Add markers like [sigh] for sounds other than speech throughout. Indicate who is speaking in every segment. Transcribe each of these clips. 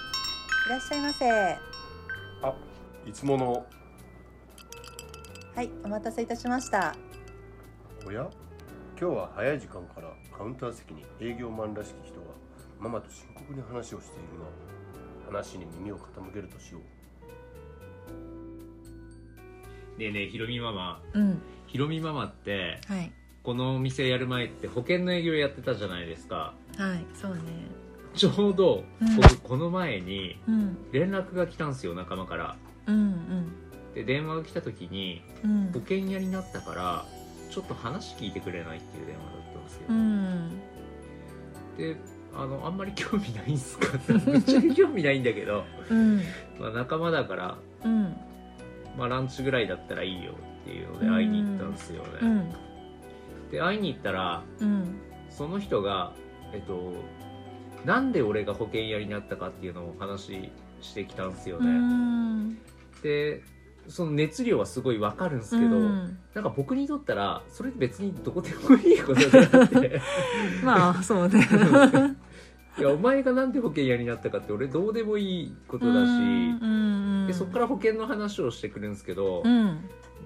Speaker 1: いらっしゃいませ。はい
Speaker 2: あいつもの
Speaker 1: い、お待たせいたしました。
Speaker 3: おや今日は早い時間からカウンター席に営業マンらしき人がママと深刻に話をしているな話に耳を傾けるとしよう
Speaker 4: ねえねえひろみママ
Speaker 1: うん、
Speaker 4: ひろみママって
Speaker 1: はい、
Speaker 4: このお店やる前って保険の営業やってたじゃないですか
Speaker 1: はい、そうね。
Speaker 4: ちょうど
Speaker 1: うん
Speaker 4: 僕この前に
Speaker 1: うん、
Speaker 4: 連絡が来たんすよ仲間から
Speaker 1: うん、
Speaker 4: で電話が来た時に
Speaker 1: うん、
Speaker 4: 保険屋になったからちょっと話聞いてくれないっていう電話だったんですよ
Speaker 1: う、ん、
Speaker 4: であのあんまり興味ないんすか [laughs] ってめっちゃ興味ないんだけど、
Speaker 1: うん、
Speaker 4: まあ、仲間だから、
Speaker 1: うん、
Speaker 4: まあ、ランチぐらいだったらいいよっていうので会いに行ったんですよね、
Speaker 1: うん、
Speaker 4: で会いに行ったら
Speaker 1: うん、
Speaker 4: その人が、えっと、なんで俺が保険屋になったかっていうのをお話ししてきたんですよ
Speaker 1: う
Speaker 4: ね、
Speaker 1: ん、
Speaker 4: でその熱量はすごいわかるんですけど、
Speaker 1: うん
Speaker 4: なんか僕にとったらそれって別にどこでもいいことであって
Speaker 1: [laughs] まあ、そう
Speaker 4: [laughs]
Speaker 1: ね。
Speaker 4: いやお前がなんで保険屋になったかって俺どうでもいいことだし、
Speaker 1: うん、うん
Speaker 4: でそこから保険の話をしてくるんですけど、
Speaker 1: うん、うん、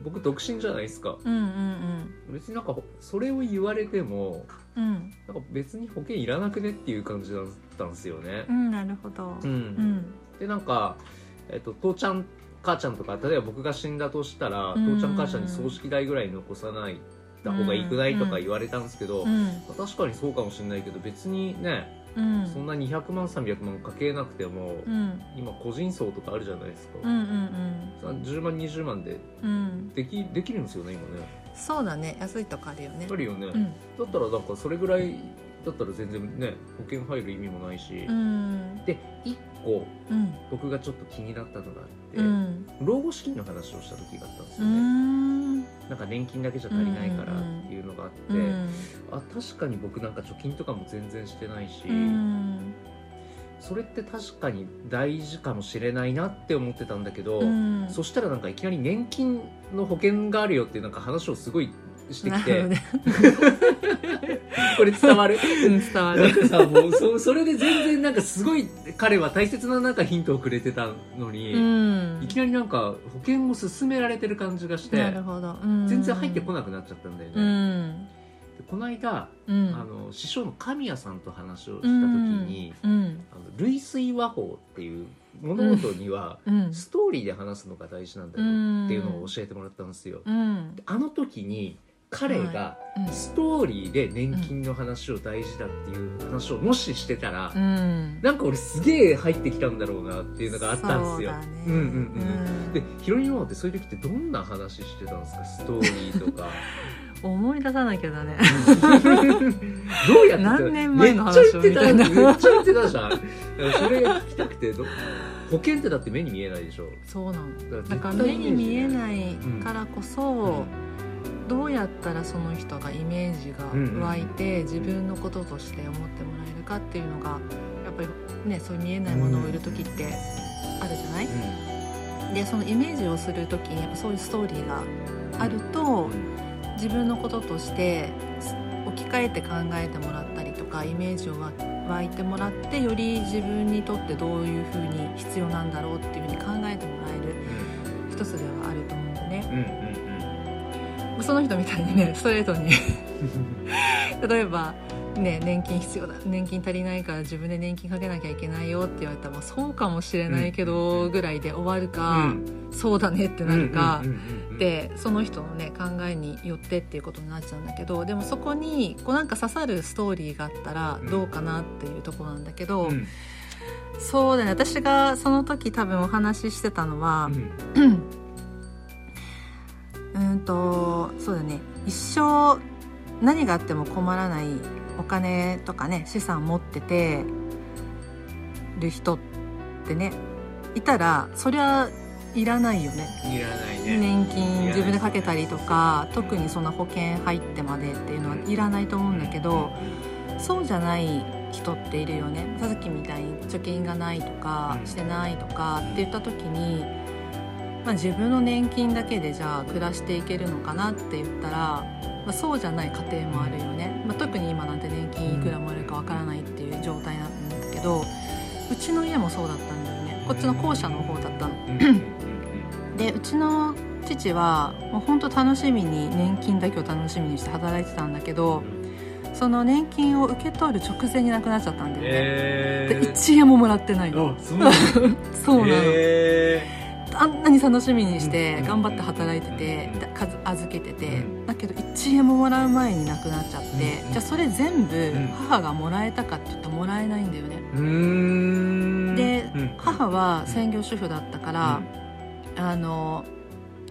Speaker 4: 僕独身じゃないですか
Speaker 1: うん、うん、
Speaker 4: 別になんかそれを言われても
Speaker 1: うん、
Speaker 4: なんか別に保険いらなくねっていう感じだったんですよね
Speaker 1: う。ん、なるほど。
Speaker 4: う
Speaker 1: う
Speaker 4: ん
Speaker 1: ん、
Speaker 4: でなんか、えっと父ちゃん母ちゃんとか例えば僕が死んだとしたら
Speaker 1: うん
Speaker 4: 父ちゃん母ちゃんに葬式代ぐらい残さないた方がいいくないとか言われたんですけど、
Speaker 1: う
Speaker 4: ま
Speaker 1: ん、
Speaker 4: あ確かにそうかもしれないけど別にね、
Speaker 1: うん、
Speaker 4: そんな200万300万かけなくても、
Speaker 1: うん、
Speaker 4: 今個人葬とかあるじゃないですか、
Speaker 1: うん、うん、
Speaker 4: さ10万20万で
Speaker 1: うん、うん、
Speaker 4: できできるんですよね今ね
Speaker 1: そうだね。安いとこあるよね
Speaker 4: あ。るよね、
Speaker 1: う
Speaker 4: だ
Speaker 1: ん、
Speaker 4: ったらなんかそれぐらいだったら全然ね保険入る意味もないし、
Speaker 1: うん、
Speaker 4: で1個
Speaker 1: うん、
Speaker 4: 僕がちょっと気になったのがあって、
Speaker 1: うん。
Speaker 4: 老後資金の話をした時があったんです
Speaker 1: うー
Speaker 4: よね、
Speaker 1: ん
Speaker 4: なんか年金だけじゃ足りないからっていうのがあって、
Speaker 1: うん
Speaker 4: あ確かに僕なんか貯金とかも全然してないし、
Speaker 1: うん
Speaker 4: それって確かに大事かもしれないなって思ってたんだけど、
Speaker 1: うん
Speaker 4: そしたらなんかいきなり年金の保険があるよっていうなんか話をすごいして
Speaker 1: な
Speaker 4: き
Speaker 1: るほど
Speaker 4: て、
Speaker 1: ね
Speaker 4: これ伝
Speaker 1: [laughs]
Speaker 4: わる
Speaker 1: うん伝わ
Speaker 4: なん
Speaker 1: る
Speaker 4: かさもうそそれで全然なんかすごい彼は大切ななんかヒントをくれてたのに、
Speaker 1: うん
Speaker 4: いきなりなんか保険を勧められてる感じがして。
Speaker 1: なるほどうん
Speaker 4: 全然入ってこなくなっちゃったんだよね、
Speaker 1: うん
Speaker 4: でこの間、
Speaker 1: うん
Speaker 4: あの師匠の神谷さんと話をした時に、
Speaker 1: うん
Speaker 4: あの類推和法っていう物事には
Speaker 1: うん
Speaker 4: ストーリーで話すのが大事なんだよ
Speaker 1: うん
Speaker 4: っていうのを教えてもらったんですよ、
Speaker 1: うん
Speaker 4: であの時に彼が
Speaker 1: うん
Speaker 4: ストーリーで年金の話を大事だっていう話をもししてたら、
Speaker 1: うん
Speaker 4: なんか俺すげえ入ってきたんだろうなっていうのがあったんですよ
Speaker 1: そうだね
Speaker 4: うんうんうん
Speaker 1: うん
Speaker 4: でヒロインママってそういう時ってどんな話してたんですかストーリーと
Speaker 1: [laughs]
Speaker 4: か
Speaker 1: 思い出さなきゃだね
Speaker 4: どうやってた
Speaker 1: 何年前の話を
Speaker 4: めっちゃ言ってた
Speaker 1: みたいな
Speaker 4: めっちゃ言ってたじゃんだからそれが聞きたくてど保険ってだって目に見えないでしょ
Speaker 1: そうなの
Speaker 4: だ
Speaker 1: だから
Speaker 4: 絶
Speaker 1: 目
Speaker 4: 対
Speaker 1: に
Speaker 4: イメージ
Speaker 1: 見えないからこそ
Speaker 4: う
Speaker 1: どうやったらその人がイメージが湧いて自分のこととして思ってもらえるかっていうのがやっぱりねそういう見えないものを売る時ってあるじゃないでそのイメージをする時にやっぱそういうストーリーがあると自分のこととしてす置き換えて考えてもらったりとかイメージをわ湧いてもらってより自分にとってどういうふうに必要なんだろうっていうふうに考えてもらえる一つではあると思うんでね
Speaker 4: うんうんうん
Speaker 1: その人みたいにねストレートに
Speaker 4: うん
Speaker 1: 例えば、ね、年金必要だ年金足りないから自分で年金かけなきゃいけないよって言われたら、まあ、そうかもしれないけどぐらいで終わるか、そうだねってなるか。
Speaker 4: うんうんうんうん
Speaker 1: でその人のね考えによってっていうことになっちゃうんだけどでもそこにこうなんか刺さるストーリーがあったら
Speaker 4: うん
Speaker 1: どうかなっていうところなんだけど、
Speaker 4: うん
Speaker 1: そうだね私がその時多分お話ししてたのは
Speaker 4: う、ん
Speaker 1: うん、とそうだね一生何があっても困らないお金とかね資産持っててる人ってねいたらそりゃいらないよね
Speaker 4: いらないね
Speaker 1: 年金自分でかけたりとか特にそんな保険入ってまでっていうのはいらないと思うんだけどそうじゃない人っているよねさっきみたいに貯金がないとか
Speaker 4: うん
Speaker 1: してないとかって言った時に、まあ、自分の年金だけでじゃあ暮らしていけるのかなって言ったら、まあ、そうじゃない家庭もあるよね、まあ、特に今なんて年金いくらもらえるかわからないっていう状態なんだけどうちの家もそうだったんだよねこっちの校舎の方だったの
Speaker 4: うんうんうんうん
Speaker 1: でうちの父はもう本当楽しみに年金だけを楽しみにして働いてたんだけどその年金を受け取る直前に亡くなっちゃったんだよね、
Speaker 4: え
Speaker 1: で
Speaker 4: ー、
Speaker 1: 1円ももらってないの
Speaker 4: あそうなんだ
Speaker 1: そうなの、
Speaker 4: え
Speaker 1: あんなに楽しみにし
Speaker 4: うん
Speaker 1: て
Speaker 4: うん
Speaker 1: 頑張って働いてて
Speaker 4: うん
Speaker 1: だ数預けてて、
Speaker 4: うん
Speaker 1: だけど1円ももらう前に亡くなっちゃって、
Speaker 4: うん
Speaker 1: じゃあそれ全部
Speaker 4: ん
Speaker 1: 母がもらえたかって言ったらもらえないんだよね、
Speaker 4: ーうーん
Speaker 1: で
Speaker 4: うん
Speaker 1: 母は専業主婦だったから、あの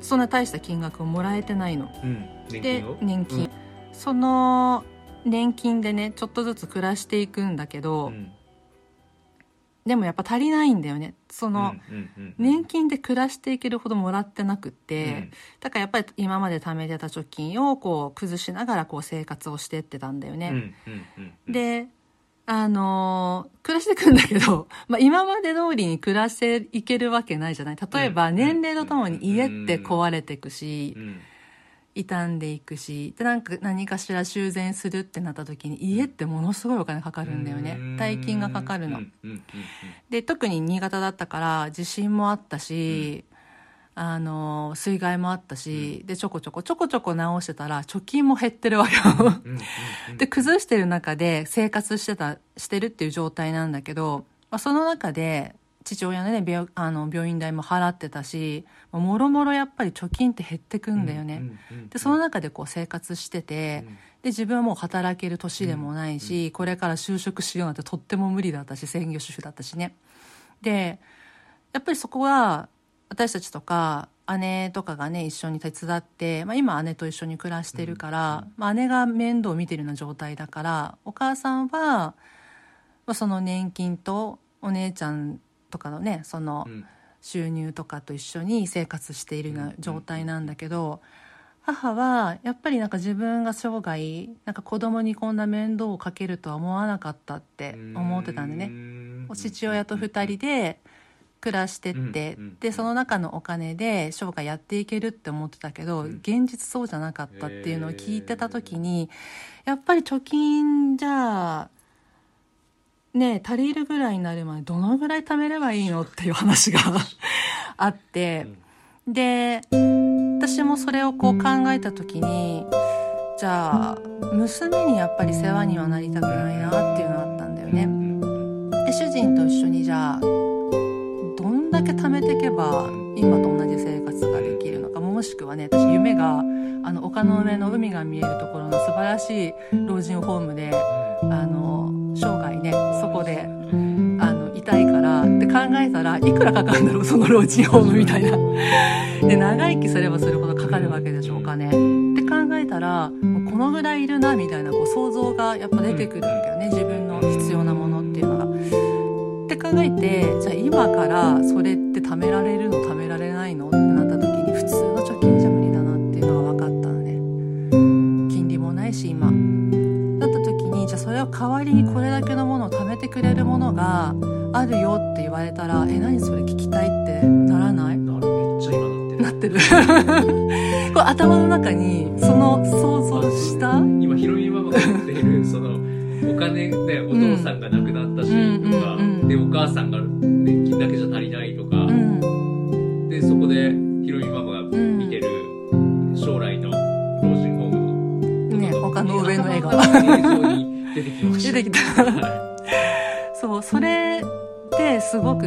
Speaker 1: そんな大した金額をもらえてないの
Speaker 4: うんうん年
Speaker 1: で
Speaker 4: 金を
Speaker 1: 年金、その年金でねちょっとずつ暮らしていくんだけど、
Speaker 4: うん
Speaker 1: でもやっぱ足りないんだよねその、
Speaker 4: うんうんうん
Speaker 1: 年金で暮らしていけるほどもらってなくって、
Speaker 4: うん
Speaker 1: だからやっぱり今まで貯めてた貯金をこう崩しながらこう生活をしてってたんだよ
Speaker 4: うんう
Speaker 1: ね、
Speaker 4: んうんうん
Speaker 1: であのー暮らしてくんだけど、 [laughs] まあ、今まで通りに暮らしていけるわけないじゃない例えば
Speaker 4: うん
Speaker 1: 年齢とともに家って
Speaker 4: うん
Speaker 1: 壊れてくし
Speaker 4: うん
Speaker 1: 傷んでいくしでなんか何かしら修繕するってなった時に家ってものすごいお金かかるんだよね
Speaker 4: うん
Speaker 1: 大金がかかるの
Speaker 4: うんうんうん
Speaker 1: で特に新潟だったから地震もあったし、あの水害もあったし、でちょこちょこちょこちょこ直してたら貯金も減ってるわけよ
Speaker 4: うんうんうんうん
Speaker 1: で崩してる中で生活してたしてるっていう状態なんだけど、まあ、その中で父親のね病あの病院代も払ってたしまあもろもろやっぱり貯金って減ってくんだよね、
Speaker 4: うんうんうん
Speaker 1: でその中でこう生活してて、
Speaker 4: うん
Speaker 1: で自分はもう働ける年でもないし、これから就職しようなんてとっても無理だったし専業主婦だったしねでやっぱりそこは私たちとか姉とかがね一緒に手伝って、まあ、今姉と一緒に暮らしてるから、まあ、姉が面倒を見てるような状態だからお母さんは、まあ、その年金とお姉ちゃんとかのねその、
Speaker 4: うん
Speaker 1: 収入とかと一緒に生活しているような状態なんだけど母はやっぱりなんか自分が生涯なんか子供にこんな面倒をかけるとは思わなかったって思ってたんでねお父親と2人で暮らしてって
Speaker 4: うんうん
Speaker 1: でその中のお金で生涯やっていけるって思ってたけど
Speaker 4: うん
Speaker 1: 現実そうじゃなかったっていうのを聞いてた時にやっぱり貯金じゃあね足りるぐらいになるまでどのぐらい貯めればいいのっていう話が [laughs] あってで私もそれをこう考えた時にじゃあ娘にやっぱり世話にはなりたくないなっていうのがあったんだよね。で主人と一緒にじゃあどんだけ貯めていけば今と同じ生活ができるのかもしくはね私夢があの丘の上の海が見えるところの素晴らしい老人ホームであの生涯ねそこであのいたいからって考えたらいくらかかるんだろうその老人ホームみたいな。で長生きすればするほどかかるわけでしょうかね。って考えたらもうこのぐらいいるなみたいなこう想像がやっぱ出てくるんだよね自分の必要なものっていうのが。って考えてじゃあ今からそれって貯められるの貯められないのってなった時に普通の貯金じゃ無理だなっていうのが分かったのね金利もないし今だった時にじゃあそれを代わりにこれだけのものを貯めてくれるものがあるよって言われたらえ何それ聞きたいってならない
Speaker 4: なるめっちゃ今なってる
Speaker 1: なってる [laughs] こう頭の中にその想像したうん
Speaker 4: 今ヒロミママが言っているそのお金ねお父さんが亡くなったし
Speaker 1: うん
Speaker 4: とか、
Speaker 1: うんうん
Speaker 4: でお母さんが年金だけじゃ足りないとか、でそこでヒロミママが見てる将来の老人ホーム
Speaker 1: ね他の上の映画
Speaker 4: 画に出てきまし
Speaker 1: 出
Speaker 4: た
Speaker 1: てきた
Speaker 4: は
Speaker 1: そうそれってすごく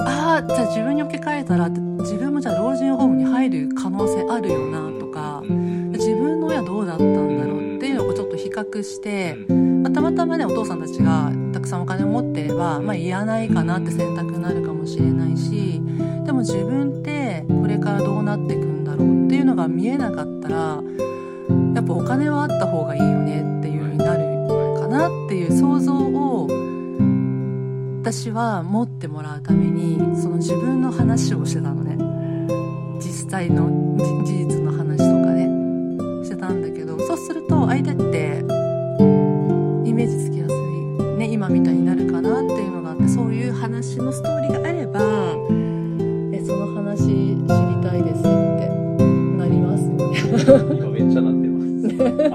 Speaker 1: ああじゃあ自分に置き換えたら自分もじゃあ老人ホームに入る可能性あるよなとか
Speaker 4: いうん
Speaker 1: 自分の親どうだったんだろうっていうのをちょっと比較して、まあたまたまねお父さんたちがたくさんお金を持ってれば、まあ、いらないかなって選択になるかもしれないしでも自分ってこれからどうなっていくんだろうっていうのが見えなかったらやっぱお金はあった方がいいよねっていう風になるかなっていう想像を私は持ってもらうためにその自分の話をしてたのね実際のじ事実の話とかねしてたんだけどそうすると相手ってイメージつきやすい、ね、今みたいになるかなっていうのがあってそういう話のストーリーがあればえその話知りたいですってなりますよね。 [laughs]
Speaker 4: 今めっちゃなってます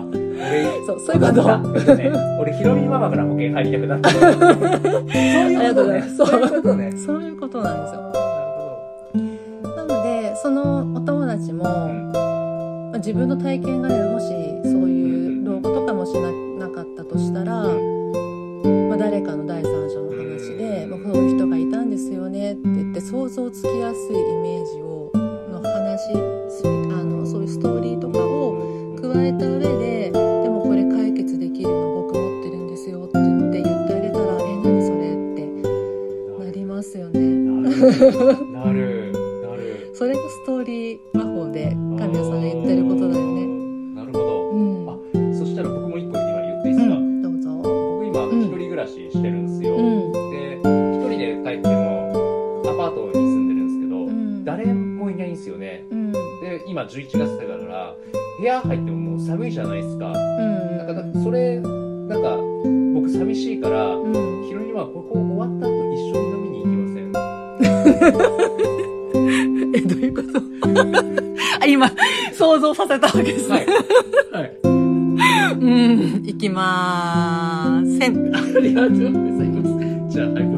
Speaker 4: 俺
Speaker 1: そうそういうこと
Speaker 4: だえっとね俺ヒロミママから保険入りたくなったそういうことね
Speaker 1: そう [laughs]
Speaker 4: そういうことね
Speaker 1: そういうことなんですよ
Speaker 4: なるほど
Speaker 1: なのでそのお友達も、
Speaker 4: ん
Speaker 1: まあ自分の体験がねもしそういう老後とかもしななかったとしたら、まあ、誰かの第三者の話で、まあ、こういう人がいたんですよねって言って想像つきやすいイメージをの話すあのそういうストーリーとかを加えた上ででもこれ解決できるの僕持ってるんですよって言って言ってあげたらえ何それってなりますよね。
Speaker 4: なるなる
Speaker 1: それがストーリー魔法で神谷さんが言ってることだよね。
Speaker 4: なるほ
Speaker 1: うん。
Speaker 4: あどそしたら僕も一個今言っていいですか、
Speaker 1: どうぞ。
Speaker 4: 僕今
Speaker 1: ん
Speaker 4: 一人暮らししてるんですよ、
Speaker 1: うん。
Speaker 4: で一人で帰ってもアパートに住んでるんですけど、
Speaker 1: うん。
Speaker 4: 誰もいないんですよね
Speaker 1: うん。
Speaker 4: で今11月だから部屋入ってももう寒いじゃないですか
Speaker 1: うん。
Speaker 4: だからそれなんか僕寂しいから
Speaker 1: うん。
Speaker 4: ヒロミはここ終わった後一緒に飲みに行きません
Speaker 1: え、どういうことあ、今、想像させたわけですね。 [laughs]
Speaker 4: はい、はい、
Speaker 1: うん。行きまーせん。
Speaker 4: ありがとうございますじゃあはい